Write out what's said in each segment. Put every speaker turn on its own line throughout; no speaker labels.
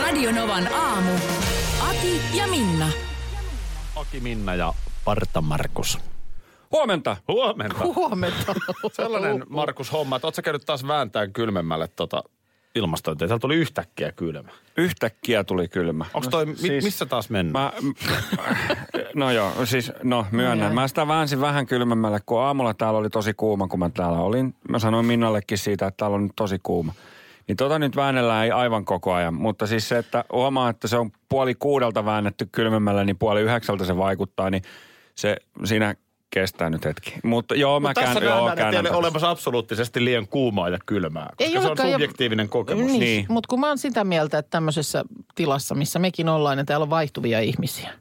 Radionovan aamu. Ati ja Minna.
Aki Minna ja Parta Markus.
Huomenta.
Huomenta.
Huomenta.
Sellainen Markus homma, että ootko sä käynyt taas vääntään kylmemmälle tota ilmastointia? Täällä tuli yhtäkkiä kylmä.
Yhtäkkiä tuli kylmä.
Onko toi, mi-
siis-
missä taas mennään?
Mä, m- no joo, siis no myönnän. Mä sitä väänsin vähän kylmemmälle, kun aamulla täällä oli tosi kuuma, kun mä täällä olin. Mä sanoin Minnallekin siitä, että täällä on nyt tosi kuuma. Niin tota nyt väännellään ei aivan koko ajan, mutta siis se, että huomaa, että se on puoli kuudelta väännetty kylmemmällä, niin puoli yhdeksältä se vaikuttaa, niin se siinä kestää nyt hetki. Mutta joo, mä
Mut tässä
kään, joo,
nähdään, että ei
käännän.
ole
tätä.
olemassa absoluuttisesti liian kuumaa ja kylmää, koska se on
olekaan-
subjektiivinen kokemus.
Niin,
Niin.
niin. mutta kun mä oon sitä mieltä, että tämmöisessä tilassa, missä mekin ollaan ja täällä on vaihtuvia ihmisiä,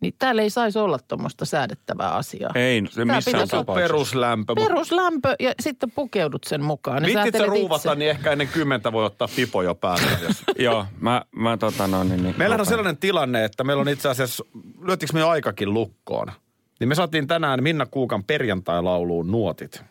niin täällä ei saisi olla tuommoista säädettävää asiaa.
Ei, se missään
pitäisi olla
tapauksessa.
Peruslämpö. mut
Peruslämpö ja sitten pukeudut sen mukaan. Niin
Vittit sä
säätelet
ruuvata,
itse.
niin ehkä ennen kymmentä voi ottaa pipo jo päälle. Jos.
Joo, mä, mä tota noin. Niin, niin,
Meillähän on
lopetan.
sellainen tilanne, että meillä on itse asiassa, lyöttikö me jo aikakin lukkoon? Niin me saatiin tänään Minna Kuukan perjantai-lauluun nuotit.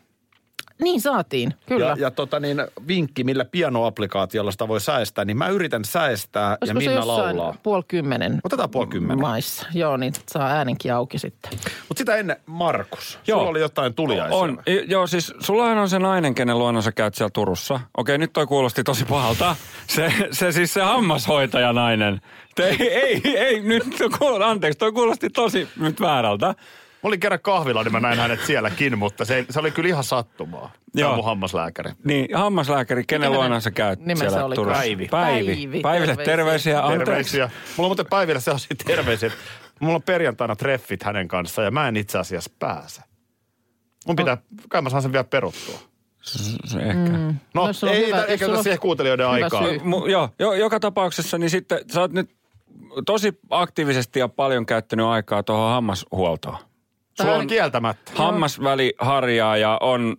Niin saatiin, kyllä.
Ja, ja tota niin, vinkki, millä pianoapplikaatiolla sitä voi säestää, niin mä yritän säestää
Olisiko
ja
se
Minna
jossain
laulaa.
puoli kymmenen
Otetaan puoli kymmenen.
maissa? Joo, niin saa äänenkin auki sitten.
Mutta sitä ennen, Markus, Joo.
Joo.
sulla oli jotain tuliaisia.
On, I- joo siis sullahan on se nainen, kenen luona sä käyt siellä Turussa. Okei, nyt toi kuulosti tosi pahalta. Se, se siis se hammashoitaja nainen. Te, ei, ei, ei, nyt toi kuulosti, anteeksi, toi kuulosti tosi nyt väärältä.
Mä olin kerran kahvilla, niin mä näin hänet sielläkin, mutta se, se oli kyllä ihan sattumaa. Tämä
Joo.
on mun hammaslääkäri.
Niin, hammaslääkäri, kenen
Mikä
luona
hänen
sä käyt
nimensä
siellä
olikaan?
Turussa?
Päivi. Päivi,
Päivi. Päiville
terveisiä.
terveisiä, anteeksi.
Terveisiä. Mulla on muuten Päivillä sellaisia terveisiä, että mulla on perjantaina treffit hänen kanssaan ja mä en itse asiassa pääse. Mun pitää, kai mä saan sen vielä peruttua.
Se Ehkä. Mm.
No,
No,
no
sulla on
ei,
hyvä-
hyvä, ei
sulla
käytä
on
siihen kuuntelijoiden
hyvä
aikaa.
syy.
Mu- joo, jo, joka tapauksessa niin sitten sä oot nyt tosi aktiivisesti ja paljon käyttänyt aikaa tuohon hammashuoltoon.
Sulla on kieltämättä.
hammasväli harjaa ja on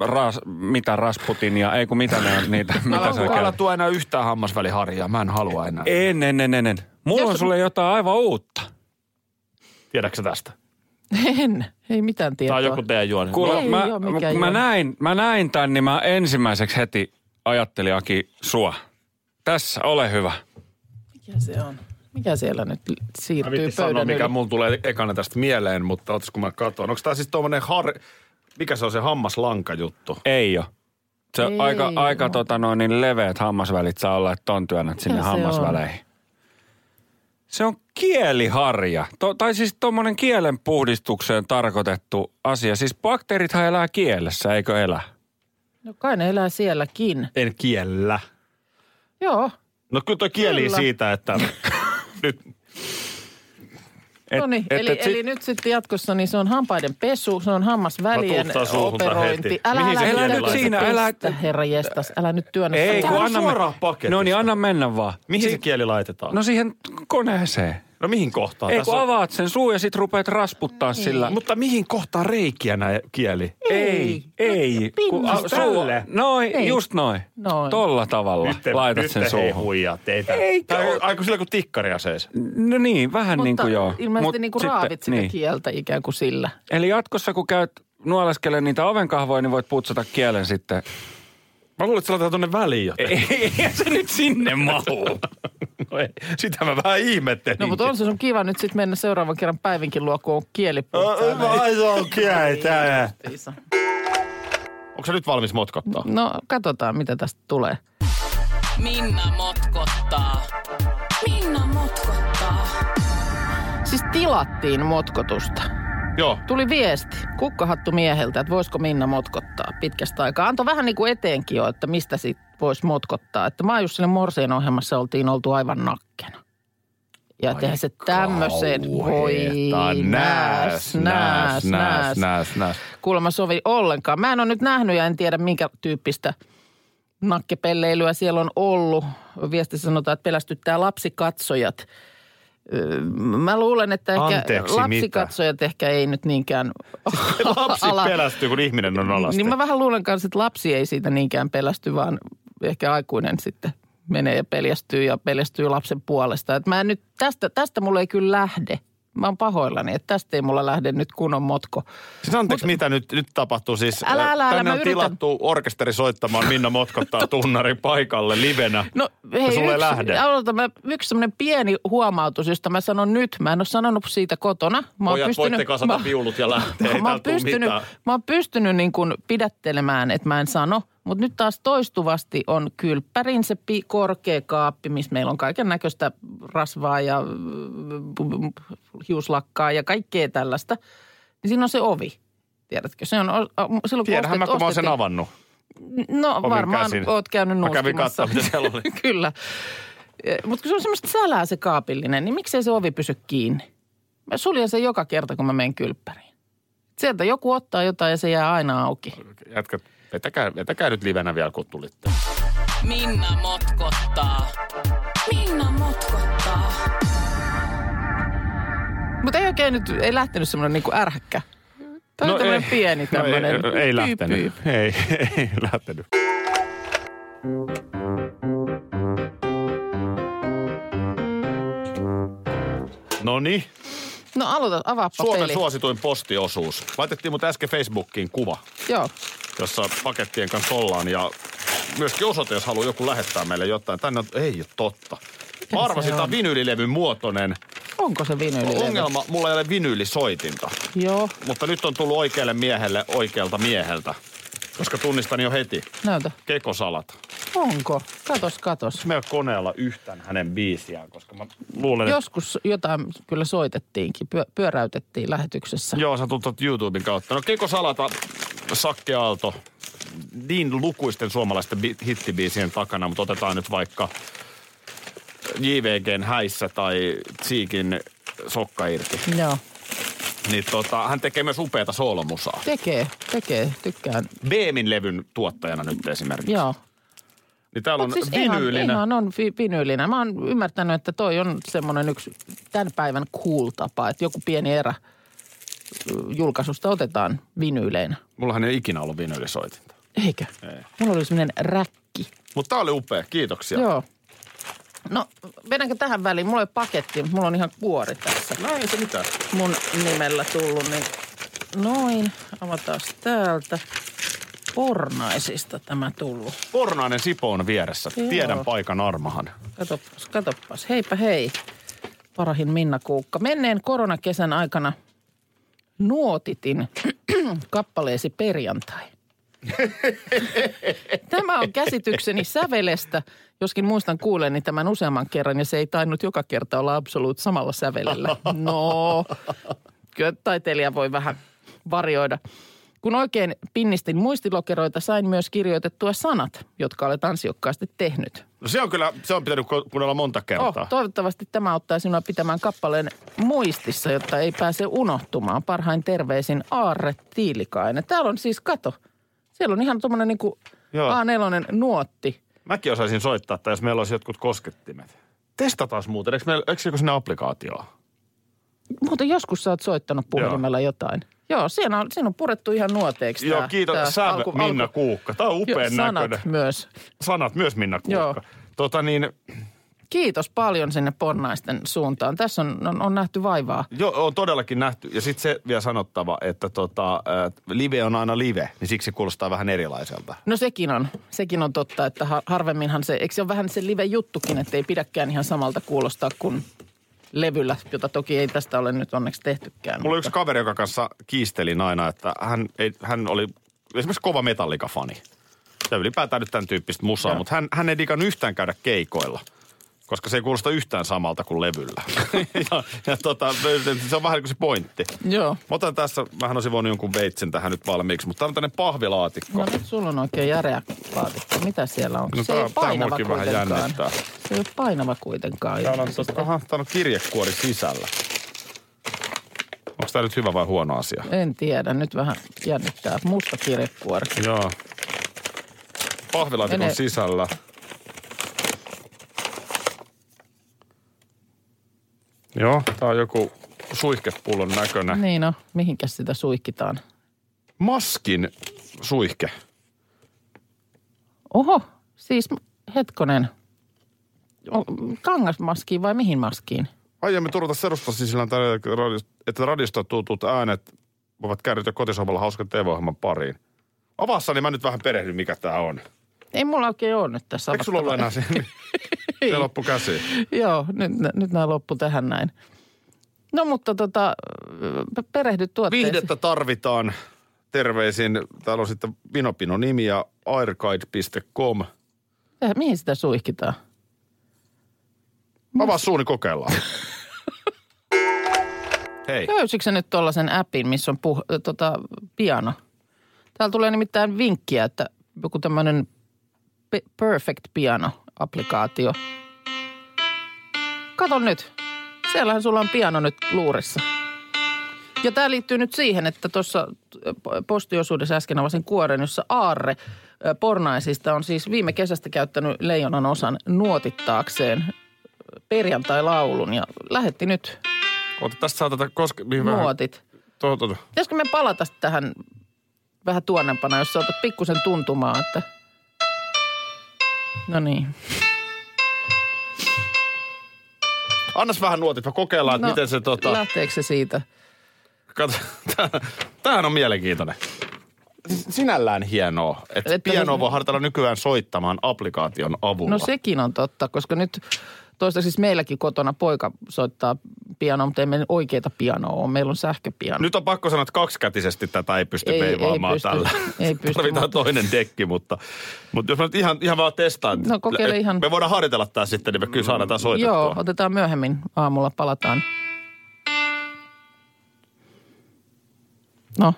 ras, mitä rasputin ja ei kun mitä ne on niitä, mitä sä käytät.
tuo enää yhtään hammasväliharjaa, mä en halua enää.
En, en, en, en, en. Mulla on sulle jotain aivan uutta.
Tiedätkö sä tästä?
En, ei mitään tietoa.
Tämä on joku teidän juoni.
Kuule,
Ei
mä,
oo mikään
kun mä
juoni.
näin, mä näin tän, niin mä ensimmäiseksi heti ajattelin Aki sua. Tässä, ole hyvä.
Mikä se on? Mikä siellä nyt
Mä
siirtyy
vittin sanoa,
pöydän
mikä
yli?
mulla tulee ekana tästä mieleen, mutta ootas kun mä katson. Onko tää siis tuommoinen har... Mikä se on se hammaslanka juttu?
Ei oo. Se
Ei
ei aika,
oo.
aika tota noin, niin leveät hammasvälit saa olla, että ton työnnät sinne
Mikä se
hammasväleihin. Se on kieliharja, to, tai siis tuommoinen kielen puhdistukseen tarkoitettu asia. Siis bakteerithan elää kielessä, eikö elä?
No kai ne elää sielläkin.
En kiellä.
Joo,
No kyllä toi kieli
Kyllä.
siitä, että nyt
Et-
no niin.
et-
Eli,
et sit-
eli nyt sitten jatkossa niin se on hampaiden pesu, se on hammasvälien
Mä tuuttaan suuhun tää
operointi.
heti.
Älä,
Mihin
älä,
se
älä
kieli
nyt siinä,
laitetaan?
älä.
Pistä,
Herra jestas, älä nyt työnnä.
Ei,
sitä.
kun
No on
anna
suoraan paketista.
No niin, anna mennä vaan.
mihin
Siis-
se kieli laitetaan?
No siihen koneeseen.
No mihin kohtaan?
Ei,
Tässä
kun
on-
avaat sen suun ja sit rupeat rasputtaa sillä.
Mutta mihin kohtaan reikiä nää kieli?
Ei,
No,
ei. Kun, a,
Pinnasta.
suu, noin,
Ei.
just noin.
Noin.
Tolla tavalla
Nyt-
laitat
nyt
sen
hei
suuhun.
huijaa teitä.
Eikö
Tai
ole?
aiku sillä kuin tikkaria seis.
No niin, vähän niin
Mutta
kuin joo.
ilmeisesti
Mut
niin kuin
sitten-
raavit sitä kieltä ikään kuin sillä.
Eli jatkossa kun käyt nuoleskelemaan niitä ovenkahvoja, niin voit putsata kielen sitten.
Mä luulen, että se laitetaan tonne väliin jotain.
Ei se nyt sinne mahu.
No ei. Sitä mä vähän ihmettelin.
No mutta on se sun kiva nyt sitten mennä seuraavan kerran päivinkin luo, kun on kieli puhtaana.
Ai se on kieli tää.
Justiinsa.
Onko se nyt valmis motkottaa?
No katsotaan, mitä tästä tulee.
Minna motkottaa. Minna motkottaa.
Siis tilattiin motkotusta.
Joo.
Tuli viesti kukkahattu mieheltä, että voisiko Minna motkottaa pitkästä aikaa. Antoi vähän niin kuin eteenkin jo, että mistä sit voisi motkottaa. Että mä just Morseen ohjelmassa oltiin oltu aivan nakkena. Ja että eihän se tämmöisen voi nääs, nääs, nääs.
nääs, nääs.
Kuulemma sovi ollenkaan. Mä en ole nyt nähnyt ja en tiedä minkä tyyppistä nakkepelleilyä siellä on ollut. Viesti sanotaan, että pelästyttää lapsikatsojat. Öö, Mä luulen, että ehkä
Anteeksi,
lapsikatsojat ehkä ei nyt niinkään
Lapsi
ala-
pelästyy, kun ihminen on alasti.
Niin mä vähän luulen kanssa, että lapsi ei siitä niinkään pelästy, vaan ehkä aikuinen sitten menee ja pelästyy ja pelästyy lapsen puolesta. Et mä en nyt, tästä, tästä mulla ei kyllä lähde. Mä oon pahoillani, että tästä ei mulla lähde nyt kunnon motko.
Siis anteeksi, mitä nyt, nyt tapahtuu? Siis,
Älä, älä, älä,
tänne
mä
on
yritän.
tilattu orkesteri soittamaan Minna Motkottaa tunnari paikalle livenä.
No hei,
Ja sulle ei
yksi,
lähde.
Aloita, mä, yksi semmoinen pieni huomautus, josta mä sanon nyt. Mä en ole sanonut siitä kotona. Mä oon
Pojat, voitte kasata
mä-
viulut ja lähteä. Ei
mä
täällä
oon
tuu
pystynyt,
mitään.
mä oon pystynyt niin kuin pidättelemään, että mä en sano. Mutta nyt taas toistuvasti on kylppärin se pi- korkea kaappi, missä meillä on kaiken näköistä rasvaa ja mm, hiuslakkaa ja kaikkea tällaista. Niin siinä on se ovi. Tiedätkö, se on o- o- silloin kun
Tiedähän mä, kun mä oon sen
ostettiin-
avannut.
No
omin
varmaan
käsin.
oot käynyt
Mä kävin
nuuskimassa.
katsomassa, mitä siellä oli.
Kyllä. Mutta kun se on semmoista sälää se kaapillinen, niin miksei se ovi pysy kiinni? Mä suljen sen joka kerta, kun mä menen kylppäriin. Sieltä joku ottaa jotain ja se jää aina auki.
Jätkä, vetäkää, vetäkää nyt livenä vielä, kun tulitte.
Minna motkottaa. Minna motkottaa.
Mutta ei oikein nyt, ei lähtenyt semmoinen niinku ärhäkkä. Tämä no on tämmöinen pieni tämmöinen.
No ei, ei lähtenyt. Ei, ei lähtenyt. No niin,
No aloita, avaappa
Suomen
peli.
suosituin postiosuus. Laitettiin mut äsken Facebookiin kuva,
Joo.
jossa pakettien kanssa ollaan ja myöskin osoite, jos haluaa joku lähettää meille jotain. Tänne on, ei ole totta. Mä
se
arvasin,
on?
tämä on vinyylilevyn muotoinen.
Onko se vinyyli?
Ongelma, mulla ei ole vinyylisoitinta.
Joo,
Mutta nyt on tullut oikealle miehelle oikealta mieheltä, koska tunnistan jo heti.
näytä.
Kekosalat.
Onko? Katos, katos.
Meillä koneella yhtään hänen biisiään, koska mä luulen, että...
Joskus jotain kyllä soitettiinkin, pyö- pyöräytettiin lähetyksessä.
Joo, sä tulet YouTuben kautta. No Kekosalata, Sakke Aalto, niin lukuisten suomalaisten bi- hittibiisien takana, mutta otetaan nyt vaikka JVGn häissä tai Tsiikin sokka irti.
Joo.
Niin tota, hän tekee myös upeata soolomusaa.
Tekee, tekee, tykkään.
Beemin levyn tuottajana nyt esimerkiksi.
Joo.
Niin täällä on
Mut siis ihan,
vinyylinä.
ihan on vi- vinyylinä. Mä oon ymmärtänyt, että toi on semmoinen yksi tämän päivän cool tapa, että joku pieni erä ö, julkaisusta otetaan vinyyleinä.
Mullahan ei ole ikinä ollut vinyylisoitinta.
Eikö? Ei. Mulla oli semmoinen räkki.
Mutta tää oli upea, kiitoksia.
Joo. No, vedänkö tähän väliin? Mulla ei ole paketti, mutta mulla on ihan kuori tässä.
No ei se mitään.
mun nimellä tullut, niin noin. Avataan täältä. Pornaisista tämä tullut.
Pornainen sipo on vieressä.
Joo.
Tiedän paikan armahan.
Katoppas, katoppas. Heipä hei. Parahin Minna Kuukka. Menneen koronakesän aikana nuotitin kappaleesi perjantai. Tämä on käsitykseni sävelestä, joskin muistan kuuleeni tämän useamman kerran ja se ei tainnut joka kerta olla absoluut samalla sävelellä. No, kyllä taiteilija voi vähän varjoida. Kun oikein pinnistin muistilokeroita, sain myös kirjoitettua sanat, jotka olet ansiokkaasti tehnyt.
No se on kyllä, se on pitänyt ku- kuunnella monta kertaa.
Oh, toivottavasti tämä auttaa sinua pitämään kappaleen muistissa, jotta ei pääse unohtumaan. Parhain terveisin Aarre Tiilikainen. Täällä on siis, kato, siellä on ihan tuommoinen niinku
Joo.
A4 nuotti.
Mäkin osaisin soittaa, tai jos meillä olisi jotkut koskettimet. Testataan muuten, eikö, meillä, eikö se joku sinne applikaatioon?
Muuten joskus sä oot soittanut puhelimella Joo. jotain. Joo, siinä on, siinä on purettu ihan nuoteeksi
Joo,
tää- tää
kiitos. Sä,
alku-
Minna
alku-
Kuukka. Tämä on
Joo,
upean
sanat
näköinen.
myös.
Sanat myös, Minna
Joo.
Kuukka. Tota niin,
Kiitos paljon sinne pornaisten suuntaan. Tässä on, on, on nähty vaivaa.
Joo, on todellakin nähty. Ja sitten se vielä sanottava, että tota, äh, live on aina live, niin siksi se kuulostaa vähän erilaiselta.
No sekin on, sekin on totta, että har- harvemminhan se, eikö se ole vähän se live-juttukin, että ei pidäkään ihan samalta kuulostaa kuin levyllä, jota toki ei tästä ole nyt onneksi tehtykään.
Mulla oli yksi kaveri, joka kanssa kiistelin aina, että hän, ei, hän oli esimerkiksi kova metallikafani. Ja ylipäätään nyt tämän tyyppistä musaa, mutta hän, hän ei digannut yhtään käydä keikoilla. Koska se ei kuulosta yhtään samalta kuin levyllä. ja, ja tota, se on vähän niin kuin se pointti.
Joo.
Mä Otan tässä, mähän olisin voinut jonkun veitsen tähän nyt valmiiksi, mutta tää on tämmöinen pahvilaatikko.
No nyt sulla on oikein järeä laatikko. Mitä siellä on?
No
se ei
tää-
ole
tää
painava
muakin vähän
kuitenkaan.
jännittää.
Se ei ole painava kuitenkaan.
Täällä on, tota, aha, täällä on kirjekuori sisällä. Onko tämä nyt hyvä vai huono asia?
En tiedä, nyt vähän jännittää. Musta kirjekuori.
Joo.
pahvilaatikon
Mene.
sisällä. Joo, tää on joku suihkepullon näköinen.
Niin no, mihinkäs sitä suihkitaan?
Maskin suihke.
Oho, siis hetkonen. O- Kangasmaskiin vai mihin maskiin?
Aiemmin turvata seurustassa sisällään tällä, että radiosta tutut äänet voivat käännytyä kotisohvalla hauskan TV-ohjelman pariin. Avassa, niin mä nyt vähän perehdyn, mikä tää on.
Ei mulla oikein ole nyt tässä.
Eikö sulla ollut enää
avattavana.
se? Se loppu käsi.
Joo, nyt, nyt nämä loppu tähän näin. No mutta tota, p- perehdy tuotteeseen.
Viihdettä tarvitaan. Terveisin. Täällä on sitten Vinopino nimi ja airguide.com.
Eh, Mihin sitä suihkitaan?
Avaa suuni, kokeillaan. Hei.
Löysitkö sä nyt tuollaisen appin, missä on puh- ö, tota, piano? Täällä tulee nimittäin vinkkiä, että joku tämmöinen pe- Perfect Piano-applikaatio. Kato nyt. Siellähän sulla on piano nyt luurissa. Ja tämä liittyy nyt siihen, että tuossa ö, po- postiosuudessa äsken avasin kuoren, jossa Aarre ö, Pornaisista on siis viime kesästä käyttänyt leijonan osan nuotittaakseen ö, perjantai-laulun ja lähetti nyt
Ota tästä saa tätä koske...
niin
Mihin vähän...
nuotit.
Tuo, tuo, tuo.
Pitäisikö me palata sit tähän vähän tuonnempana, jos sä otat pikkusen tuntumaan, että... No niin.
Annas vähän nuotit, mä kokeillaan, että
No,
miten se tota...
Lähteekö se siitä? No
Kato, tää- tämähän on mielenkiintoinen. Siis Sinällään hienoa, että,
Että
että
se-
pianoa voi harjoitella nykyään soittamaan applikaation avulla.
No sekin on totta, koska nyt toistaiseksi meilläkin kotona poika soittaa pianoa, mutta ei meillä oikeita pianoa ole. Meillä on sähköpiano.
Nyt on pakko sanoa, että kaksikätisesti tätä ei pysty
Ei- ei
veivaamaan
pysty.
tällä.
Ei pysty,
Tarvitaan
mutta-
toinen dekki, mutta, mutta jos mä nyt ihan, ihan vaan testaan.
No kokeile ihan.
Me voidaan harjoitella tää sitten, niin me kyllä saadaan tää soitettua.
Joo, otetaan myöhemmin aamulla, palataan. No.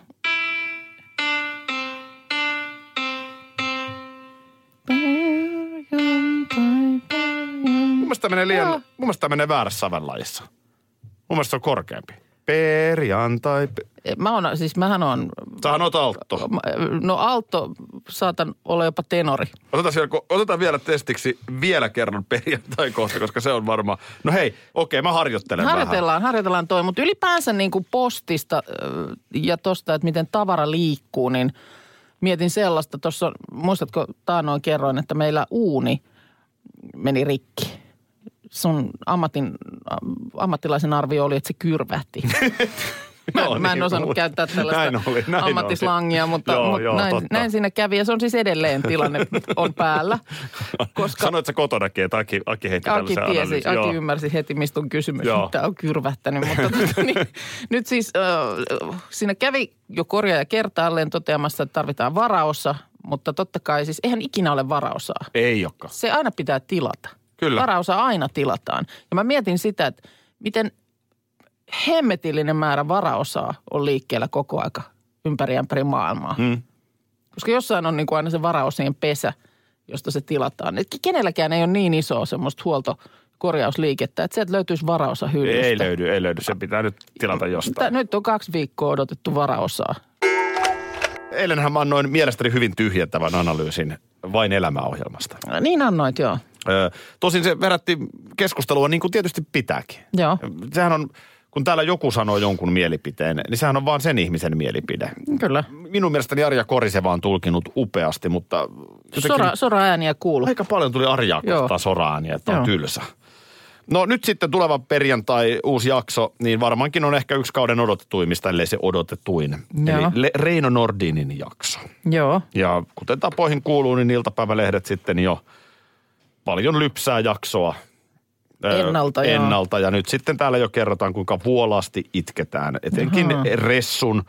Mun mielestä tämä menee liian,
Joo.
mun mielestä tämä menee väärässä sävenlajissa. Mun mielestä se on korkeampi. Perjantai. pe-
Mä oon, siis mähän on,
Sähän oot altto.
no alto saatan olla jopa tenori.
Otetaan vielä, otetaan vielä testiksi vielä kerran perjantai kohta, koska se on varmaan. No hei, okei, mä harjoittelen vähän.
Harjoitellaan, harjoitellaan toi, mutta ylipäänsä niin kuin postista ö, ja tosta, että miten tavara liikkuu, niin mietin sellaista. Tuossa, muistatko taanoin kerroin, että meillä uuni meni rikki. Sun ammatin, ammattilaisen arvio oli, että se kyrvähti. Mä,
Joo,
mä en
niin,
osannut
mut-
käyttää tällaista
näin oli, näin
ammattislangia,
oli.
mutta,
Joo,
mutta
joo,
näin,
totta.
näin siinä kävi. Ja se on siis edelleen tilanne on päällä. Koska
Sanoit sä kotonakin, että Aki, Aki heitti
Aki
tällaisen
tiesi,
analyysin.
Aki
Joo.
ymmärsi heti, mistä on kysymys.
Joo.
Tämä on kyrvähtänyt, mutta tota, niin, nyt siis äh, siinä kävi jo korjaaja kertaalleen toteamassa, että tarvitaan varaosa, mutta totta kai siis eihän ikinä ole varaosaa.
Ei olekaan.
Se aina pitää tilata.
Kyllä.
Varaosa aina tilataan. Ja mä mietin sitä, että miten hemmetillinen määrä varaosaa on liikkeellä koko aika ympäri ämpäri maailmaa. Mm. Koska jossain on niin kuin aina se varaosien pesä, josta se tilataan. Et kenelläkään ei ole niin isoa semmoista huoltokorjausliikettä, että sieltä löytyisi varaosa hyllystä.
Ei löydy, ei löydy. Se pitää nyt tilata jostain.
Tää, nyt on kaksi viikkoa odotettu varaosaa.
Eilenhän mä annoin mielestäni hyvin tyhjentävän analyysin vain elämäohjelmasta.
Niin annoit, joo.
Ö, tosin se herätti keskustelua niin kuin tietysti pitääkin.
Joo.
Sehän on, kun täällä joku sanoo jonkun mielipiteen, niin sehän on vaan sen ihmisen mielipide.
Kyllä.
Minun mielestäni Arja Koriseva on tulkinut upeasti, mutta jotenkin
Sora, sora ääniä kuuluu.
aika paljon tuli Arjaa
Joo.
kohtaan soraan ja että on
Joo.
tylsä. No nyt sitten tuleva perjantai, uusi jakso, niin varmaankin on ehkä yksi kauden odotetuimmista, ellei se odotetuin.
Joo.
Eli Le- Reino Nordinin jakso.
Joo.
Ja kuten tapoihin kuuluu, niin iltapäivälehdet sitten jo paljon lypsää jaksoa. Ö,
Ennalta, joo.
Ennalta, ja nyt sitten täällä jo kerrotaan, kuinka vuolaasti itketään. Etenkin
Ahaa.
Ressun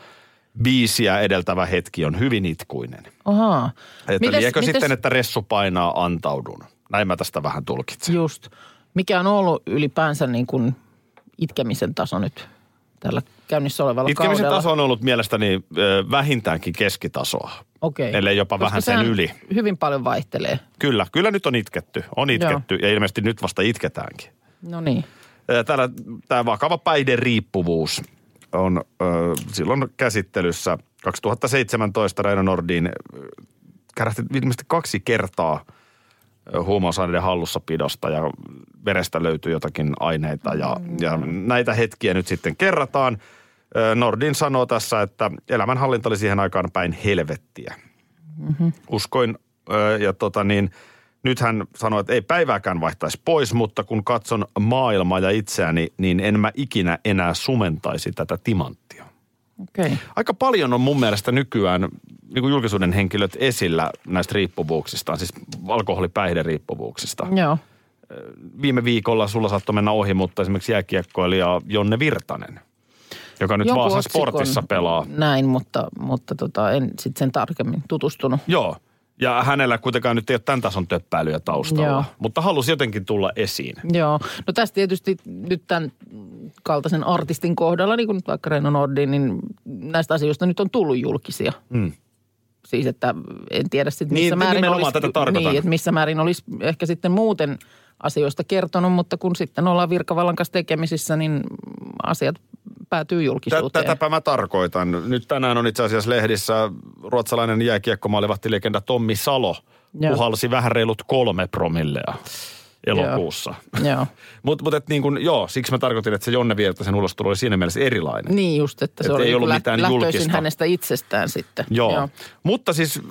biisiä edeltävä hetki on hyvin itkuinen.
Ahaa.
Että
Mites-
liekö
mites-
sitten, että Ressu painaa antaudun? Näin mä tästä vähän tulkitsen.
Just. Mikä on ollut ylipäänsä niin kuin itkemisen taso nyt tällä käynnissä olevalla
Itkemisen
kaudella?
taso on ollut mielestäni ö, vähintäänkin keskitasoa.
Okei.
ellei jopa vähän sen
sehän
yli.
hyvin paljon vaihtelee.
Kyllä, kyllä nyt on itketty. On itketty ja ilmeisesti nyt vasta itketäänkin.
No niin.
Täällä tämä vakava päihderiippuvuus on ö, silloin käsittelyssä 2017 Reino Nordin ö, kärähti ilmeisesti kaksi kertaa ö, huumausaineiden hallussapidosta ja verestä löytyy jotakin aineita ja, ja näitä hetkiä nyt sitten kerrataan. Ö, Nordin sanoo tässä, että elämänhallinta oli siihen aikaan päin helvettiä uskoin. Öö, Ja tota niin, nyt hän sanoi, että ei päivääkään vaihtaisi pois, mutta kun katson maailmaa ja itseäni, niin en mä ikinä enää sumentaisi tätä timanttia.
Okei. Okay.
Aika paljon on mun mielestä nykyään niin kuin julkisuuden henkilöt esillä näistä riippuvuuksista, siis alkoholipäihderiippuvuuksista.
Joo.
Viime viikolla sulla saattoi mennä ohi, mutta esimerkiksi jääkiekkoilija Jonne Virtanen, joka nyt
Jonkun
Vaasan
otsikon
sportissa pelaa.
Näin, mutta, mutta tota, en sitten sen tarkemmin tutustunut.
Joo. Ja hänellä kuitenkaan nyt ei ole tämän tason töppäilyä taustalla,
Joo.
Joo. mutta halusi jotenkin tulla esiin.
Joo. No tässä tietysti nyt tämän kaltaisen artistin kohdalla, niin kuin nyt vaikka Reino Nordin, niin näistä asioista nyt on tullut julkisia. Mm. Siis, että en tiedä sitten
Niin,
missä määrin
nimenomaan
olisi,
tätä tarkoitan.
Niin, että missä määrin olisi ehkä sitten muuten asioista kertonut, mutta kun sitten ollaan virkavallan kanssa tekemisissä, niin asiat päätyy julkisuuteen.
Tätäpä mä tarkoitan. Nyt tänään on itse asiassa lehdissä ruotsalainen jääkiekkomaalivahtilegenda Tommi Salo
Joo.
Joo. puhalsi vähän reilut kolme promillea elokuussa.
Joo.
Mutta mut et niin kun, joo, siksi mä tarkoitin, että se Jonne Virtasen ulostulo oli siinä mielessä erilainen.
Niin just, että se
Et
oli
ei
niin kuin
ollut
lä-
mitään
lähtöisin
julkista.
hänestä itsestään sitten.
Joo. Joo. Mutta siis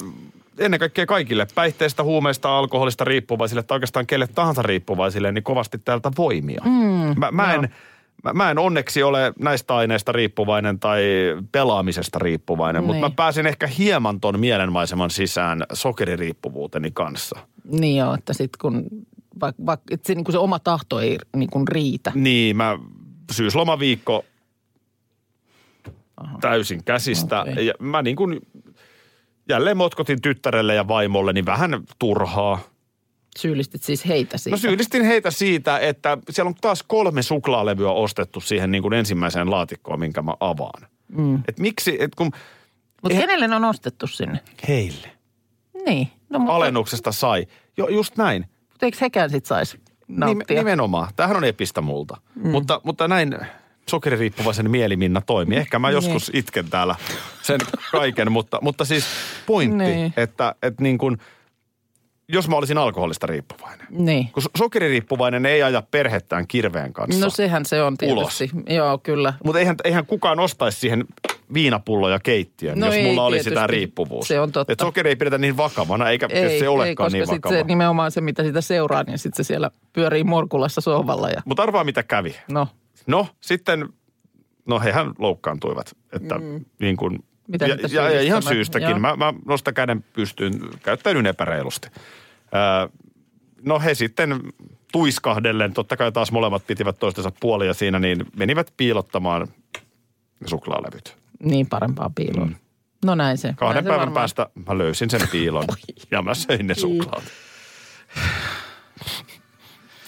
ennen kaikkea kaikille päihteistä, huumeista, alkoholista riippuvaisille tai oikeastaan kelle tahansa riippuvaisille, niin kovasti täältä voimia. Mm, mä, mä, en, mä, mä en onneksi ole näistä aineista riippuvainen tai pelaamisesta riippuvainen, niin. mutta
Niin.
mä pääsin ehkä hieman ton mielenmaiseman sisään sokeririippuvuuteni kanssa.
Niin joo, että sitten kun vaikka, vaikka että se, niin kuin se oma tahto ei niin kuin riitä.
Niin, mä syyslomaviikko
Aha.
täysin käsistä.
Okei.
Okay. Ja mä niin kuin jälleen motkotin tyttärelle ja vaimolle, niin vähän turhaa.
Syyllistit siis heitä siitä.
No syyllistin heitä siitä, että siellä on taas kolme suklaalevyä ostettu siihen niin kuin ensimmäiseen laatikkoon, minkä mä avaan. Mm. Et miksi, et kun
Mutta kenelle ne on ostettu sinne?
heille
Niin. No mutta,
alennuksesta sai. Jo, just näin.
mutta eikö hekään sitten saisi
Nim-
nauttia?
nimenomaan. Tämähän on epistä multa. Mm. Mutta, mutta näin sokeririippuvaisen mieli Minna toimii. Ehkä
Niin.
mä joskus itken täällä sen kaiken, mutta, mutta siis pointti,
Niin.
että, että niin kuin, jos mä olisin alkoholista riippuvainen.
niin.
Kun so- sokeririippuvainen ei aja perhettään kirveen kanssa.
No sehän se on
Ulos.
tietysti. Joo, kyllä.
Mutta eihän, eihän kukaan ostaisi siihen viinapulloja keittiön,
No
no jos
ei
mulla olisi
tietysti.
tämä riippuvuus.
Se on totta.
Et sokeri ei pidetä niin vakavana, eikä
Ei,
ei, se
ei
olekaan
koska
niin
sit
vakava.
se
Niin...
nimenomaan se, mitä sitä seuraa, niin sitten se siellä pyörii morkulassa sohvalla ja
Mutta arvaa mitä kävi.
no,
No sitten, no hehän loukkaantuivat, että mm. niin kuin,
Mitä
ja,
niitä
ja, ja ihan
syyllistämään? Joo.
syystäkin. Mä, mä nostan käden pystyyn, käyttäydyn epäreilusti. Öö, no he sitten tuiskahdellen, totta kai taas molemmat pitivät toistensa puolia siinä, niin menivät piilottamaan suklaalevyt.
niin parempaa piiloon. Mm. No näin se.
Kahden
näin se
päivän
varmaan-
päästä mä löysin sen piilon ja mä söin ne suklaat.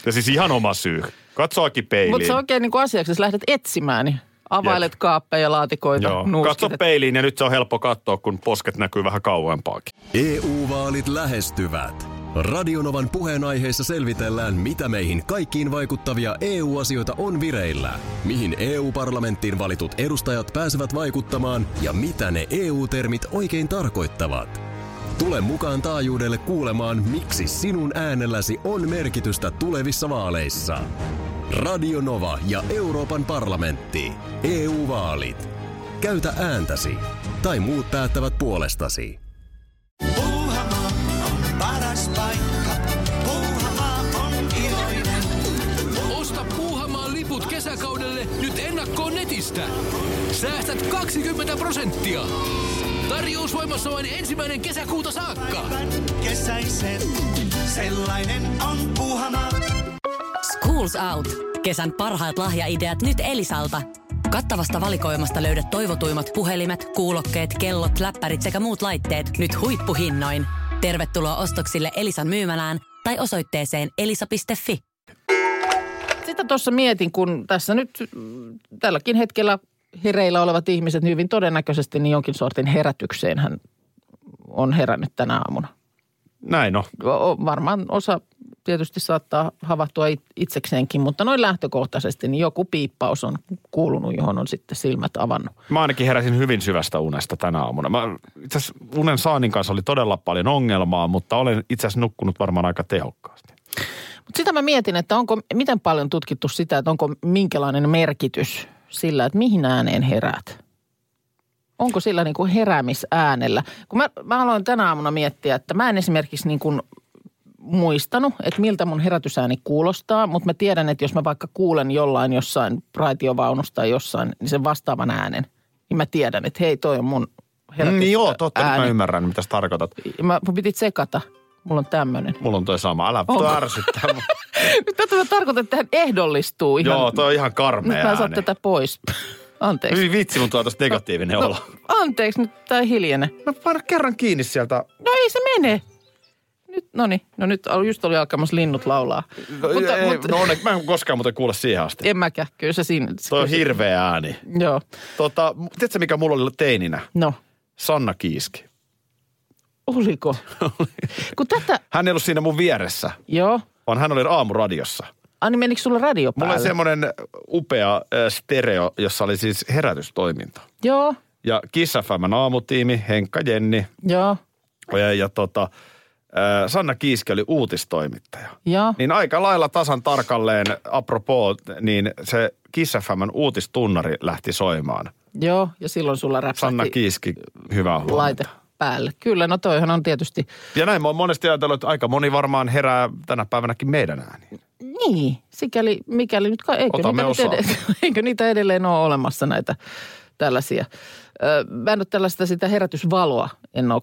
Ja siis ihan oma syy. Katsoakin peiliin.
Mutta se oikein niin kuin asiaksi, jos lähdet etsimään, niin availet Jep. kaappeja, laatikoita,
Joo.
nuuskit.
Katso peiliin ja nyt se on helppo katsoa, kun posket näkyy vähän kauempaakin.
EU-vaalit E lähestyvät. Radionovan puheenaiheessa selvitellään, mitä meihin kaikkiin vaikuttavia EU-asioita on vireillä, mihin EU-parlamenttiin valitut edustajat pääsevät vaikuttamaan ja mitä ne EU-termit oikein tarkoittavat. Tule mukaan taajuudelle kuulemaan, miksi sinun äänelläsi on merkitystä tulevissa vaaleissa. Radio Nova ja Euroopan parlamentti. EU-vaalit. Käytä ääntäsi. Tai muut päättävät puolestasi.
Puuhamaa on paras paikka. Puuhamaa on iloinen.
Osta Puuhamaan liput kesäkaudelle nyt ennakkoon netistä. Säästät 20 prosenttia. Tarjous voimassa vain ensimmäinen kesäkuuta saakka.
Kesäisen. Sellainen on Puuhamaa.
Schools Out. Kesän parhaat lahjaideat nyt Elisalta. Kattavasta valikoimasta löydät toivotuimmat puhelimet, kuulokkeet, kellot, läppärit sekä muut laitteet nyt huippuhinnoin. Tervetuloa ostoksille Elisan myymälään tai osoitteeseen elisa.fi.
Sitä tuossa mietin, kun tässä nyt mm, tälläkin hetkellä hereillä olevat ihmiset niin hyvin todennäköisesti niin jonkin sortin herätykseen hän on herännyt tänä aamuna.
Näin on.
O- o- Varmaan osa tietysti saattaa havahtua it- itsekseenkin, mutta noin lähtökohtaisesti niin joku piippaus on kuulunut, johon on sitten silmät avannut.
Mä ainakin heräsin hyvin syvästä unesta tänä aamuna. Mä, itse asiassa unen saannin kanssa oli todella paljon ongelmaa, mutta olen itse asiassa nukkunut varmaan aika tehokkaasti.
Mutta sitä mä mietin, että onko, miten paljon tutkittu sitä, että onko minkälainen merkitys sillä, että mihin ääneen heräät? Onko sillä niin kuin heräämisäänellä? Kun mä, mä aloin tänä aamuna miettiä, että mä en esimerkiksi niin kuin muistanut, että miltä mun herätysääni kuulostaa, mutta mä tiedän, että jos mä vaikka kuulen jollain jossain raitiovaunusta tai jossain, niin sen vastaavan äänen, niin mä tiedän, että hei, toi on mun herätysääni.
Niin joo, totta, nyt mä ymmärrän, mitä sä tarkoitat.
Mä, mun piti tsekata. Mulla on tämmöinen.
Mulla on toi sama, älä
Onko?
tuo ärsyttää. mua.
Nyt tätä mä tarkoitan, että hän ehdollistuu ihan.
joo, toi on ihan
Nyt
karmea
mä en saa
ääni.
tätä pois. Anteeksi. No,
Hyvin vitsi, mutta tuo on tossa negatiivinen olo.
Anteeksi, nyt tää hiljene.
No paina kerran kiinni sieltä.
No ei se mene. Nyt, no niin. No nyt al- just oli alkamassa linnut laulaa.
No,
mutta,
ei,
mutta
no onneksi, mä en koskaan muuten kuule siihen asti.
en mäkään. Kyllä se siinä.
Toi on hirveä ääni.
Joo.
Tota, tiedätkö mikä mulla oli teininä?
No,
Sanna Kiiski.
oliko? Kun tätä,
Hän ei ollut siinä mun vieressä,
joo.
vaan hän oli aamuradiossa.
Ani menikö sulla radio
Mulla
päälle?
oli semmoinen upea ö, stereo, jossa oli siis herätystoiminta.
Joo,
Ja Kiss FM aamutiimi, Henkka Jenni
joo,
ja, ja tota, ö, Sanna Kiiski oli uutistoimittaja.
joo.
Niin aika lailla tasan tarkalleen, apropos, niin se Kiss FMn uutistunnari lähti soimaan.
Joo, ja silloin sulla räpsähti
Sanna Kiiski, hyvää huomenta.
laite päälle. Kyllä, no toihan on tietysti.
Ja näin mä oon monesti ajatellut, että aika moni varmaan herää tänä päivänäkin meidän ääniin.
Niin, sikäli, mikäli nyt, ka- eikö,
Otamme
niitä nyt
osaa.
edes, eikö niitä edelleen ole olemassa näitä tällaisia. Ö, mä en ole tällaista sitä herätysvaloa, en ole,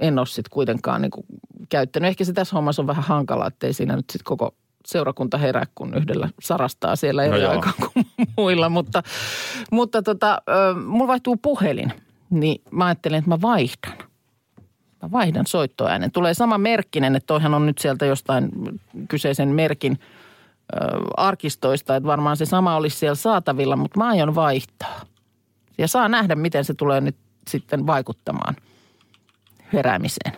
en ole sit kuitenkaan niin käyttänyt. Ehkä se tässä hommassa on vähän hankalaa, ettei siinä nyt sit koko seurakunta herää, kun yhdellä sarastaa siellä eri
joo.
aikaan kuin muilla. Mutta, mutta tota, ö, mulla vaihtuu puhelin, niin mä ajattelin, että mä vaihdan. Mä vaihdan soittoäänen. Tulee sama merkkinen, että toihan on nyt sieltä jostain kyseisen merkin ö, arkistoista, että varmaan se sama olisi siellä saatavilla, mutta mä aion vaihtaa. Ja saa nähdä, miten se tulee nyt sitten vaikuttamaan heräämiseen.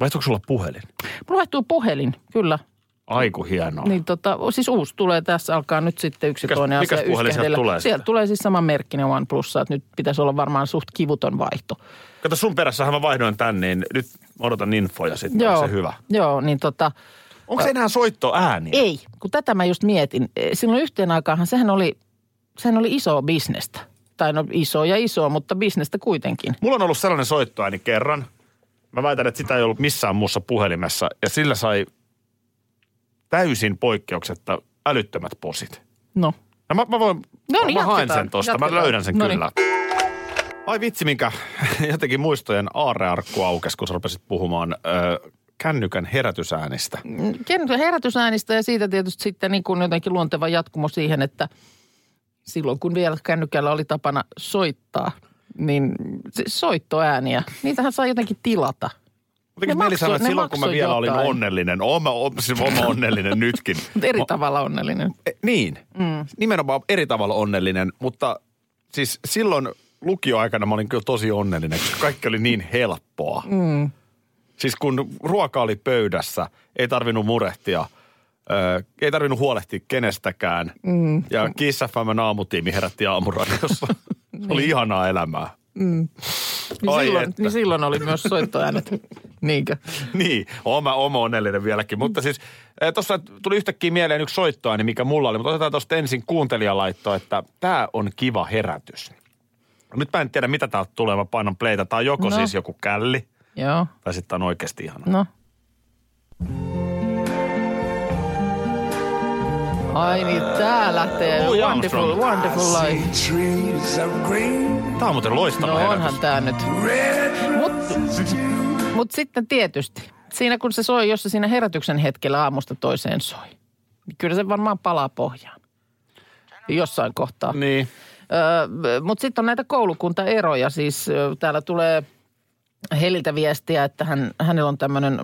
Vaihtuuko sulla puhelin?
Mulla vaihtuu puhelin, kyllä.
Aiku hienoa.
Niin tota, siis uusi tulee tässä, alkaa nyt sitten yksi
No. Mikäs-
toinen
mikäs
asia
puhelin
yskähdellä.
sieltä tulee
Sieltä
sitten?
tulee siis sama merkkinen OnePlussa, että nyt pitäisi olla varmaan suht kivuton vaihto.
Kato sun perässähän mä vaihdoin tän, niin nyt odotan infoja sitten,
Joo,
onko se hyvä.
Joo, niin tota,
Onko se enää soittoääniä?
Ei, kun tätä mä just mietin. Eh, Silloin yhteen aikaanhan sehän oli, sehän oli iso bisnestä. Tai no iso ja iso, mutta bisnestä kuitenkin.
Mulla on ollut sellainen soittoääni kerran. Mä väitän, että sitä ei ollut missään muussa puhelimessa. Ja sillä sai täysin poikkeuksetta älyttömät posit.
No.
No mä, mä voin,
No niin,
mä haen
jatketaan,
sen tosta, mä
jatketaan.
löydän sen
No niin.
kyllä. Ai vitsi, minkä jotenkin muistojen aarearkku aukesi, kun sä rupesit puhumaan ö, kännykän herätysäänistä.
Ken- Herätysäänistä ja siitä tietysti sitten niin kuin jotenkin luonteva jatkumo siihen, että silloin kun vielä kännykällä oli tapana soittaa, niin se- soittoääniä, niitähän saa jotenkin tilata.
Jotenkin
Ne
mieli sanoa,
maksoi-
että
ne
silloin kun mä
maksoi
vielä
jotain.
olin onnellinen, oon mä, oon- siis oon mä onnellinen nytkin.
Mutta eri
Mä-
tavalla onnellinen.
E, Niin, mm. nimenomaan eri tavalla onnellinen, mutta siis silloin lukioaikana mä olin kyllä tosi onnellinen, koska kaikki oli niin helppoa. Mm. Siis kun ruoka oli pöydässä, ei tarvinnut murehtia, ö, ei tarvinnut huolehtia kenestäkään. Mm. Ja Kiss FMn aamutiimi herätti aamuradiossa. Se oli ihanaa elämää.
Niin,
Ai
silloin,
että.
niin silloin oli myös soittoäänet. Niinkö?
Niin, oon mä oon mä onnellinen vieläkin. Mutta siis tuossa tuli yhtäkkiä mieleen yksi soittoaine, mikä mulla oli. Mutta otetaan tuosta ensin kuuntelija laittoi, että tämä on kiva herätys. No Nyt mä en tiedä, mitä täältä tulee. Mä painan playtä. Tää on joko
No.
no. siis joku källi,
Joo,
tai sitten tää on oikeasti ihana.
no. Ai niin, tää lähtee.
Louis
Wonderful,
Armstrong.
wonderful life.
Trees of green,
Tää on muuten loistava
No onhan
herätys.
tää nyt.
red
Mutta sitten tietysti, siinä kun se soi, jos se siinä herätyksen hetkellä aamusta toiseen soi, niin kyllä se varmaan palaa pohjaan. Jossain kohtaa.
Niin.
Öö, Mutta sitten on näitä koulukuntaeroja. Siis ö, täällä tulee Heliltä viestiä, että hän, hänellä on tämmöinen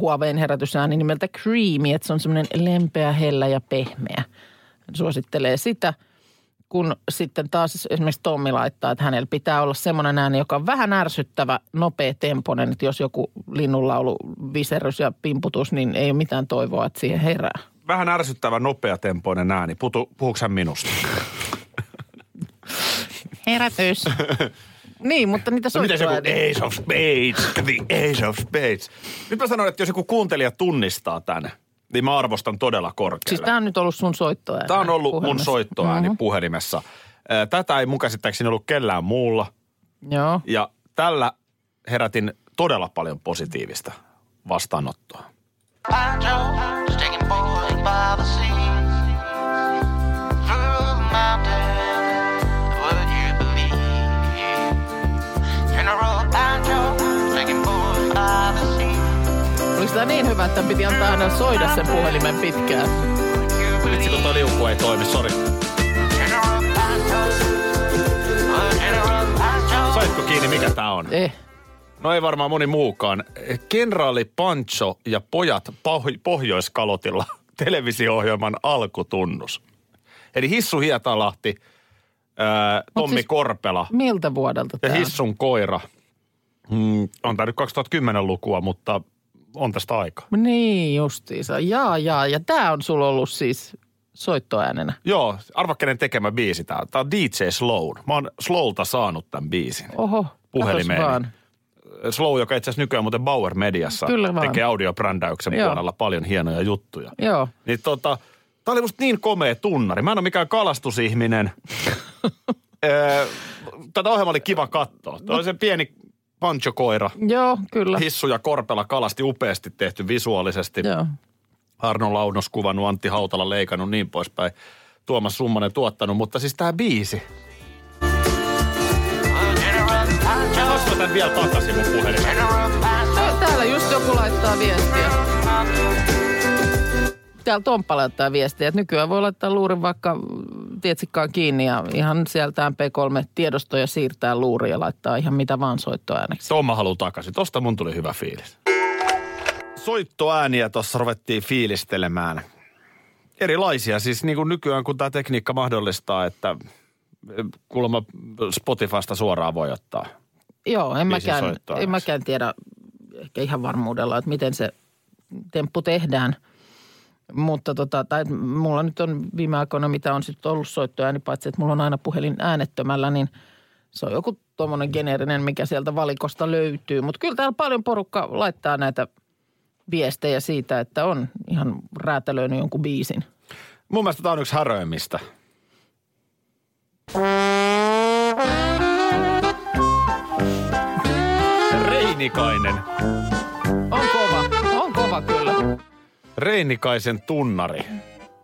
Huaweiin herätysääni nimeltä Creamy, että se on semmoinen lempeä, hellä ja pehmeä. Hän suosittelee sitä, kun sitten taas esimerkiksi Tommi laittaa, että hänellä pitää olla semmoinen ääni, joka on vähän ärsyttävä, nopea temponen, että jos joku linnunlaulu, viserys ja pimputus, niin ei ole mitään toivoa, että siihen herää.
Vähän ärsyttävä nopeatempoinen ääni. Putu, puhuuko hän minusta?
Herätys. niin, mutta niitä
No mitäs joku
soittoääniä.
Ace of Spades, the Ace of Spades. Nyt mä sanon, että jos joku kuuntelija tunnistaa tänne, niin mä arvostan todella korkealle.
Siis tämä on nyt ollut sun soittoääni.
Tämä on ollut mun
puhelimessa.
soittoääni puhelimessa. Ää, Tätä ei mun käsittääkseni ollut kellään muulla.
Mm-hmm. Joo.
Ja tällä herätin todella paljon positiivista vastaanottoa.
Oliko tämä niin hyvä, että piti antaa aina soida sen puhelimen pitkään?
Vitsi, kun toi liukku ei toimi, sori. Saitko kiinni, mikä tää on?
Eh.
No ei varmaan moni muukaan. Kenraali Pancho ja pojat Poh- Pohjoiskalotilla televisio-ohjelman alkutunnus. Eli Hissu Hietalahti, ää, Tommi
siis-
siis... Korpela
Miltä vuodelta
ja
tämä
Hissun koira. Mm, on tämä nyt 2010-lukua, mutta on tästä aika.
on? Niin justiinsa. Jaa, jaa. Ja tämä on sulla ollut siis soittoäänenä.
Joo, arva kenen tekemä biisi tää. on. Tää on DJ Slow. Mä oon Slowlta saanut tämän biisin.
Oho,
Puhelimeeni.
katos vaan.
Slow, joka itse asiassa nykyään muuten Bauer Mediassa
Kyllä vaan.
tekee audiobrändäyksen
Joo.
puolella paljon hienoja juttuja.
Joo.
Niin tota, tää oli musta niin komea tunnari. Mä en ole mikään kalastusihminen. Öö, Tätä ohjelmaa oli kiva katsoa. Tämä oli se pieni panchokoira.
Joo, kyllä.
Hissu ja Korpela kalasti upeasti tehty visuaalisesti.
Joo.
Arno Launos kuvannut, Antti Hautala leikannut niin poispäin. Tuomas Summanen tuottanut, mutta siis tää biisi. Mä saanko tän vielä takaisin mun puhelimeen?
Tää- Täällä just joku laittaa viestiä. Täällä Tomppa laittaa viestiä, että nykyään voi laittaa luurin vaikka mm, tietsikkaan kiinni ja ihan sieltä MP3-tiedostoja siirtää luuria ja laittaa ihan mitä vaan soittoääneksi.
Tuon mä haluan takaisin. Tosta mun tuli hyvä fiilis. Soittoääniä tuossa ruvettiin fiilistelemään. Erilaisia siis niin kuin nykyään, kun tämä tekniikka mahdollistaa, että eh, kuulemma Spotifysta suoraan voi ottaa.
Joo,
Biisin
en mäkään,
soittoääneksi.
en mäkään tiedä ehkä ihan varmuudella, että miten se temppu tehdään. Mutta tota, tai mulla nyt on viime aikoina, mitä on sitten ollut soittoääni, paitsi että mulla on aina puhelin äänettömällä, niin se on joku tuommoinen geneerinen, mikä sieltä valikosta löytyy. Mutta kyllä täällä paljon porukka laittaa näitä viestejä siitä, että on ihan räätälöinyt jonkun biisin.
Mun mielestä tämä on yksi häröimmistä. Reinikainen.
On kova, on kova kyllä.
Reinikaisen tunnari.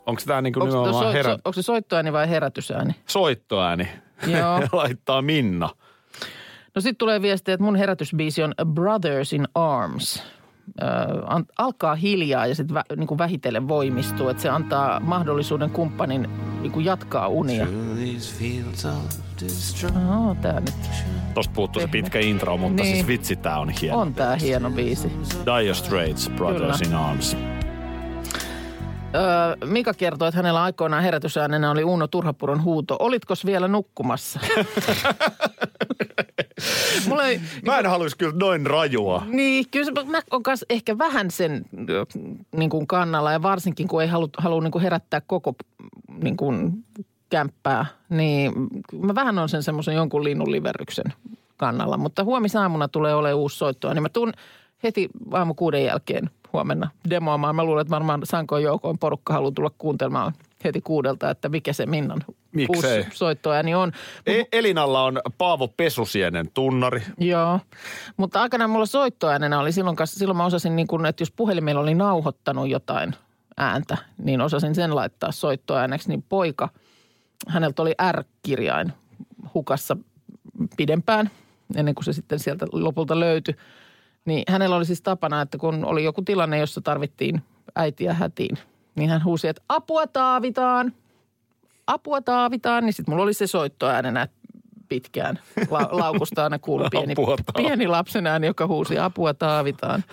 Onko tämä niin kuin
Onko
nimenomaan
se,
herä...
so, onko se soittoääni vai herätysääni?
soittoääni?
Joo.
Laittaa Minna.
No sitten tulee viesti, että mun herätysbiisi on Brothers in Arms. Ö, an, alkaa hiljaa ja sitten vä, niin vähitellen voimistuu, että se antaa mahdollisuuden kumppanin niin kuin jatkaa unia. No, tää nyt
Tosta puuttuu se pitkä intro, mutta
Niin.
niin. siis vitsi tää on hieno.
on tää hieno biisi.
Dire Straits, Brothers
Kyllä.
in Arms.
Öö, Mika kertoi, että hänellä aikoinaan herätysäänenä oli Uno Turhapuron huuto. Olitkos vielä nukkumassa? Mulla ei,
Mä en haluaisi kyllä noin rajua.
Niin, kyllä se, mä oon kanssa ehkä vähän sen ö, niin kuin kannalla ja varsinkin kun ei halua halu, niin kuin herättää koko niin kuin, kämppää, niin kyllä mä vähän on sen semmoisen jonkun linnunliverryksen kannalla. Mutta huomisaamuna tulee olemaan uusi soittoa, niin mä tuun heti aamu kuuden jälkeen huomenna demoamaan. Mä luulen, että varmaan Sankoon joukoon porukka haluaa tulla kuuntelemaan heti kuudelta, että mikä se Minnan
Miksei?
uusi soittoääni on.
E- Elinalla on Paavo Pesusienen tunnari.
Joo, mutta aikanaan mulla soittoäänenä oli silloin, kanssa- silloin mä osasin niin kun, että jos puhelimella oli nauhoittanut jotain ääntä, niin osasin sen laittaa soittoääneksi, niin poika, häneltä oli R-kirjain hukassa pidempään, ennen kuin se sitten sieltä lopulta löytyi. Niin hänellä oli siis tapana, että kun oli joku tilanne, jossa tarvittiin äitiä hätiin, niin hän huusi, että apua taavitaan, apua taavitaan, niin sitten mulla oli se soittoäänenä pitkään. La- laukusta aina kuului pieni,
Apua taavitaan.
pieni lapsen ääni, joka huusi apua taavitaan.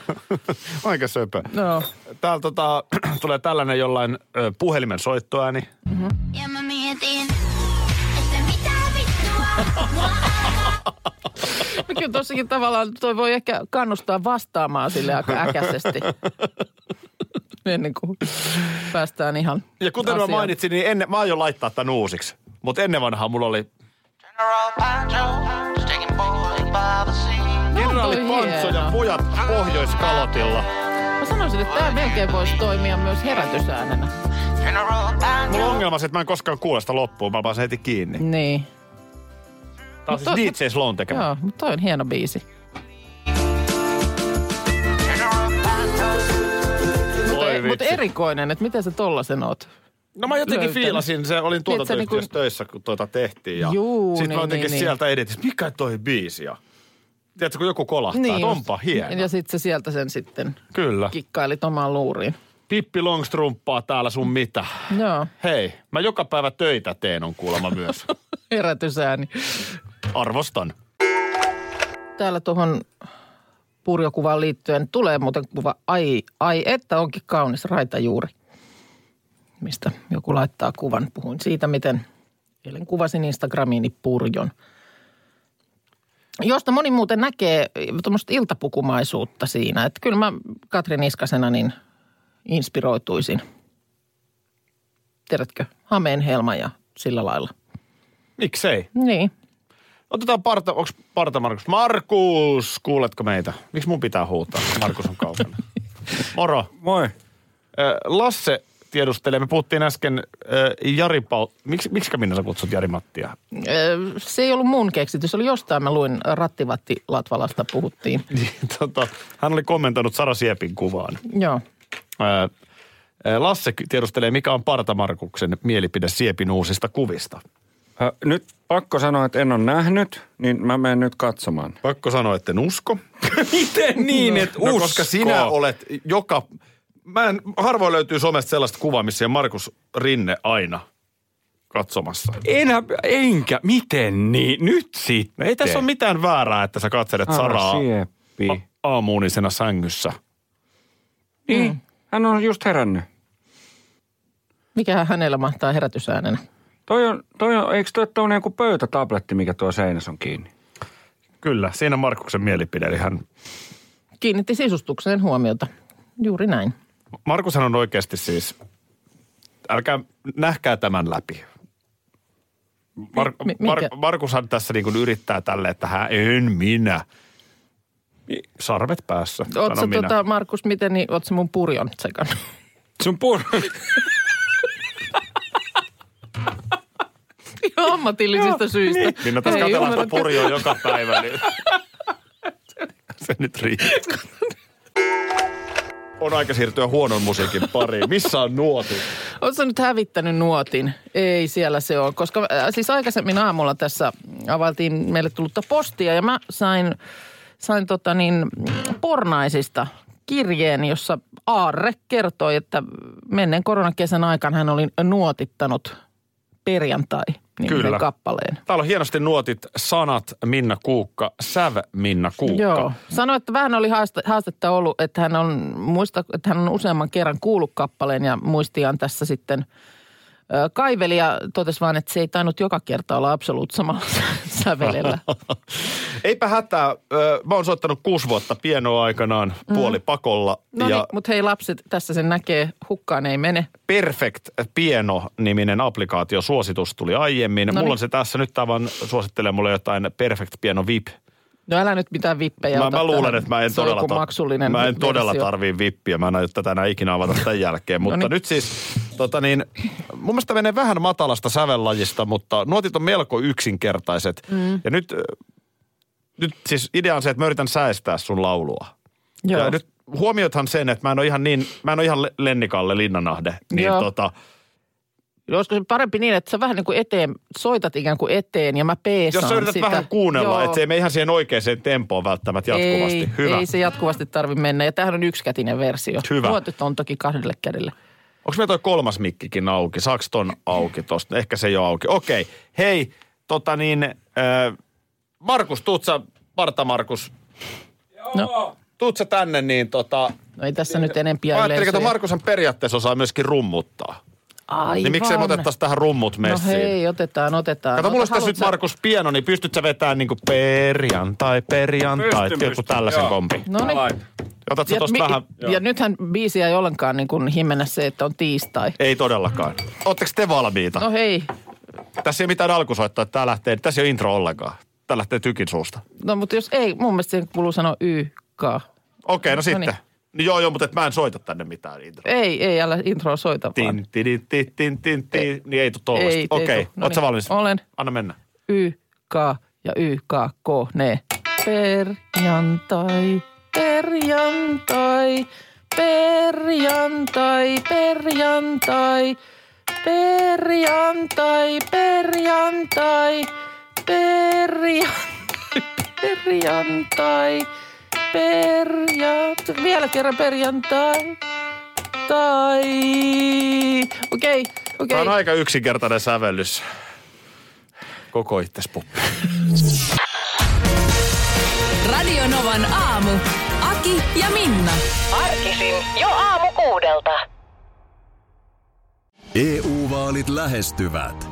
Aika söpö.
No,
Täällä tota, tulee tällainen jollain ö, puhelimen soittoääni.
Ja mä mietin,
No Kyllä tossakin tavallaan toi voi ehkä kannustaa vastaamaan sille aika äkäisesti. Ennen kuin päästään ihan
Ja kuten mä
asiaan.
mainitsin, niin ennen, mä aion laittaa tämän uusiksi. Mutta ennen vanhaa mulla oli
General Pancho, sticking bowling by the sea.
Kenraali
toi
Pantso ja
hieno.
pojat Pohjois-Kalotilla.
Mä sanoisin, että tämä melkein voisi toimia myös herätysäänenä.
General
Mulla on
Pancho,
ongelma se, että mä en koskaan kuule sitä loppuun. Mä pääsen heti kiinni.
Niin.
Tää on
Mut
siis DJ Sloan tekemä.
Joo, mutta toi on hieno biisi.
General Pancho,
Mutta
Oi
mut
vitsi.
erikoinen, että miten sä tollasen oot?
No mä jotenkin
löytänyt.
fiilasin, se olin tuotantoyhtiössä
Tiedätkö, niin
niin töissä, kun tuota tehtiin. Ja
Juu,
sit
niin,
mä jotenkin
niin, niin.
sieltä edetin, että mikä toi biisi ja... Tiedätkö, kun joku kolahtaa, niin,
just.
onpa hieno.
Ja sit sä sieltä sen sitten
Kyllä.
kikkailit omaan luuriin.
Pippi Longstrumppaa täällä sun mitä.
Joo,
Hei, mä joka päivä töitä teen on kuulemma myös.
herätysääni.
Arvostan.
Täällä tuohon purjokuvaan liittyen tulee muuten kuva, ai, ai että onkin kaunis raitajuuri, mistä joku laittaa kuvan. Puhuin siitä, miten eilen kuvasin Instagramiini purjon, josta moni muuten näkee tuommoista iltapukumaisuutta siinä. Että kyllä mä Katri Niskasena niin inspiroituisin. Tiedätkö, Hameen helma ja sillä lailla.
Miksei?
Niin,
Otetaan parta, onks parta Markus? Markus, kuuletko meitä? Miksi mun pitää huutaa? Markus on kaukana. Moro.
Moi.
Ö, Lasse tiedustelee, me puhuttiin äsken ö, Jari Paul... Miksi, miksikä minä sä kutsut Jari Mattia?
Öö, Se ei ollut mun keksitys, se oli jostain, mä luin Rattivatti Latvalasta puhuttiin.
Niin, tota, hän oli kommentoinut Sara Siepin kuvaan.
Joo.
Ö, ö, Lasse ky- tiedustelee, mikä on parta Markuksen mielipide Siepin uusista kuvista.
Ö, Nyt pakko sanoa, että en ole nähnyt, niin mä menen nyt katsomaan.
Pakko sanoa, että en usko.
Miten niin, että
No, koska sinä olet joka... Mä en, harvoin löytyy somesta sellaista kuvaa, missä on Markus Rinne aina katsomassa.
Enä, enkä, miten niin? Nyt
No
sitten.
ei tässä ole mitään väärää, että sä katselet
Ah,
Sara
Saraa
Sieppi.
a- aamuunisena sängyssä.
Mm.
Niin, hän on just herännyt.
Mikähän hänellä mahtaa herätysäänenä?
Toi on, toi on, eikö toi tuonne joku pöytätabletti, mikä tuo seinässä on kiinni?
Kyllä, siinä Markuksen mielipide. Eli hän,
Kiinnitti sisustukseen huomiota. Juuri näin.
Markushan on oikeasti siis, älkää nähkää tämän läpi. Mar-
Mi- mi-
Mar-
mikä?
Markushan tässä niin kuin yrittää tälle, että hän en minä. Sarvet päässä,
Oot sä
sanon minä.
tota, Markus, miten, niin oot sä mun purjon sekan?
Sun pur...
Ihan ammatillisista syistä. Niin.
Minä tässä katsellaan sitä purjoa joka päivä, niin se nyt riittää. On aika siirtyä huonon musiikin pariin. Missä on nuotit?
Oletko sä nyt hävittänyt nuotin? Ei siellä se on, koska äh, siis aikaisemmin aamulla tässä availtiin meille tullutta postia ja mä sain, sain tota niin, pornaisista kirjeen, jossa Aarre kertoi, että menneen koronakesän aikana hän oli nuotittanut perjantai
Kyllä.
nimisen kappaleen.
Täällä on hienosti nuotit sanat Minna Kuukka, säv Minna Kuukka.
Joo. Sanoi, että vähän oli haaste- haastetta ollut, että hän on, muista, että hän on useamman kerran kuullut kappaleen ja muistiaan tässä sitten ö, kaiveli ja totesi vaan, että se ei tainnut joka kerta olla absoluut samalla sävelellä.
Eipä hätää. Ö, Mä oon soittanut kuusi vuotta pienoa aikanaan puoli pakolla.
Mm. No niin,
ja
mutta hei lapset, tässä sen näkee, hukkaan ei mene.
Perfect Pieno-niminen applikaatio suositus tuli aiemmin.
Noniin.
Mulla on se tässä nyt tavan suosittelee mulle jotain Perfect Pieno VIP.
No älä nyt mitään vippejä
Mä,
ota
mä luulen,
tähän.
että mä en
Se on
todella,
joku
tar-
maksullinen
mä en todella
versio. No niin.
tarvii vippiä. Mä en aio tätä enää ikinä avata tämän jälkeen. Mutta
Noniin.
nyt siis, tota niin, mun mielestä menee vähän matalasta sävellajista, mutta nuotit on melko yksinkertaiset. Mm. Ja nyt, äh, nyt siis idea on se, että mä yritän säästää sun laulua.
Joo.
Ja nyt huomioithan sen, että mä en ole ihan niin, mä en ole ihan Le- Lennikalle Linnanahde. Niin
Joo.
tota,
Olisiko se parempi niin, että sä vähän niin kuin eteen, soitat ikään kuin eteen ja mä peesaan
jos sä yrität
sitä.
vähän kuunnella,
Joo.
että se ei mene ihan siihen oikeaan tempoon välttämättä jatkuvasti.
Ei,
Hyvä.
ei se jatkuvasti tarvi mennä. Ja tämähän on yksikätinen versio.
Hyvä.
Nuotit on toki kahdelle kädelle.
Onko meillä toi kolmas mikkikin auki? Saaks ton auki tosta? Ehkä se ei ole auki. Okei. Hei, tota niin, äh, Markus, tuut sä, Parta Markus,
No,
tuut sä tänne, niin tota...
no ei tässä nyt enempiä
Ajattelin, että
yleisöjä.
Markushan periaatteessa osaa myöskin rummuttaa.
Aivan.
Niin miksei me otettaisi tähän rummut
No
messiin?
hei, otetaan, otetaan. No,
Kato, mulla olisi
Ota,
tässä
haluat
nyt
sä-
Markus pieno, niin pystyt sä vetämään niinku perjantai, perjantai,
Pystyn,
joku
pystyn,
tällaisen
joo.
kompi.
No niin.
Otat sä
Ja,
tosta
mi-
vähän...
ja nythän biisiä ei ollenkaan niin kuin himmennä se, että on tiistai.
Ei todellakaan. Ootteko te valmiita?
No hei,
Tässä ei ole mitään alkusoittoa, että tää lähtee, tässä ei ole intro ollenkaan. Tää lähtee tykin suusta.
no mutta jos ei, mun mielestä siihen kuuluu sanoa YK.
Okei, no, no sitten.
niin.
Niin. Joo, joo, mutta et mä en soita tänne mitään introa.
Ei, ei, älä introa soita vaan.
Tin, tin, tin, tin, tin, tin. Niin ei tuu
Ei,
tollaista.
ei
Okei,
tuu. No
oot sä
niin.
valmis?
Olen.
Anna mennä.
YK ja YKK, ne. Perjantai, perjantai, perjantai, perjantai, perjantai, perjantai, perjantai, perjantai, perjantai, vielä kerran perjantai, tai, okei, okei.
Tää on aika yksinkertainen sävellys. Koko itses puppi.
Radio Novan aamu. Aki ja Minna.
Arkisin jo aamu kuudelta.
EU-vaalit E lähestyvät.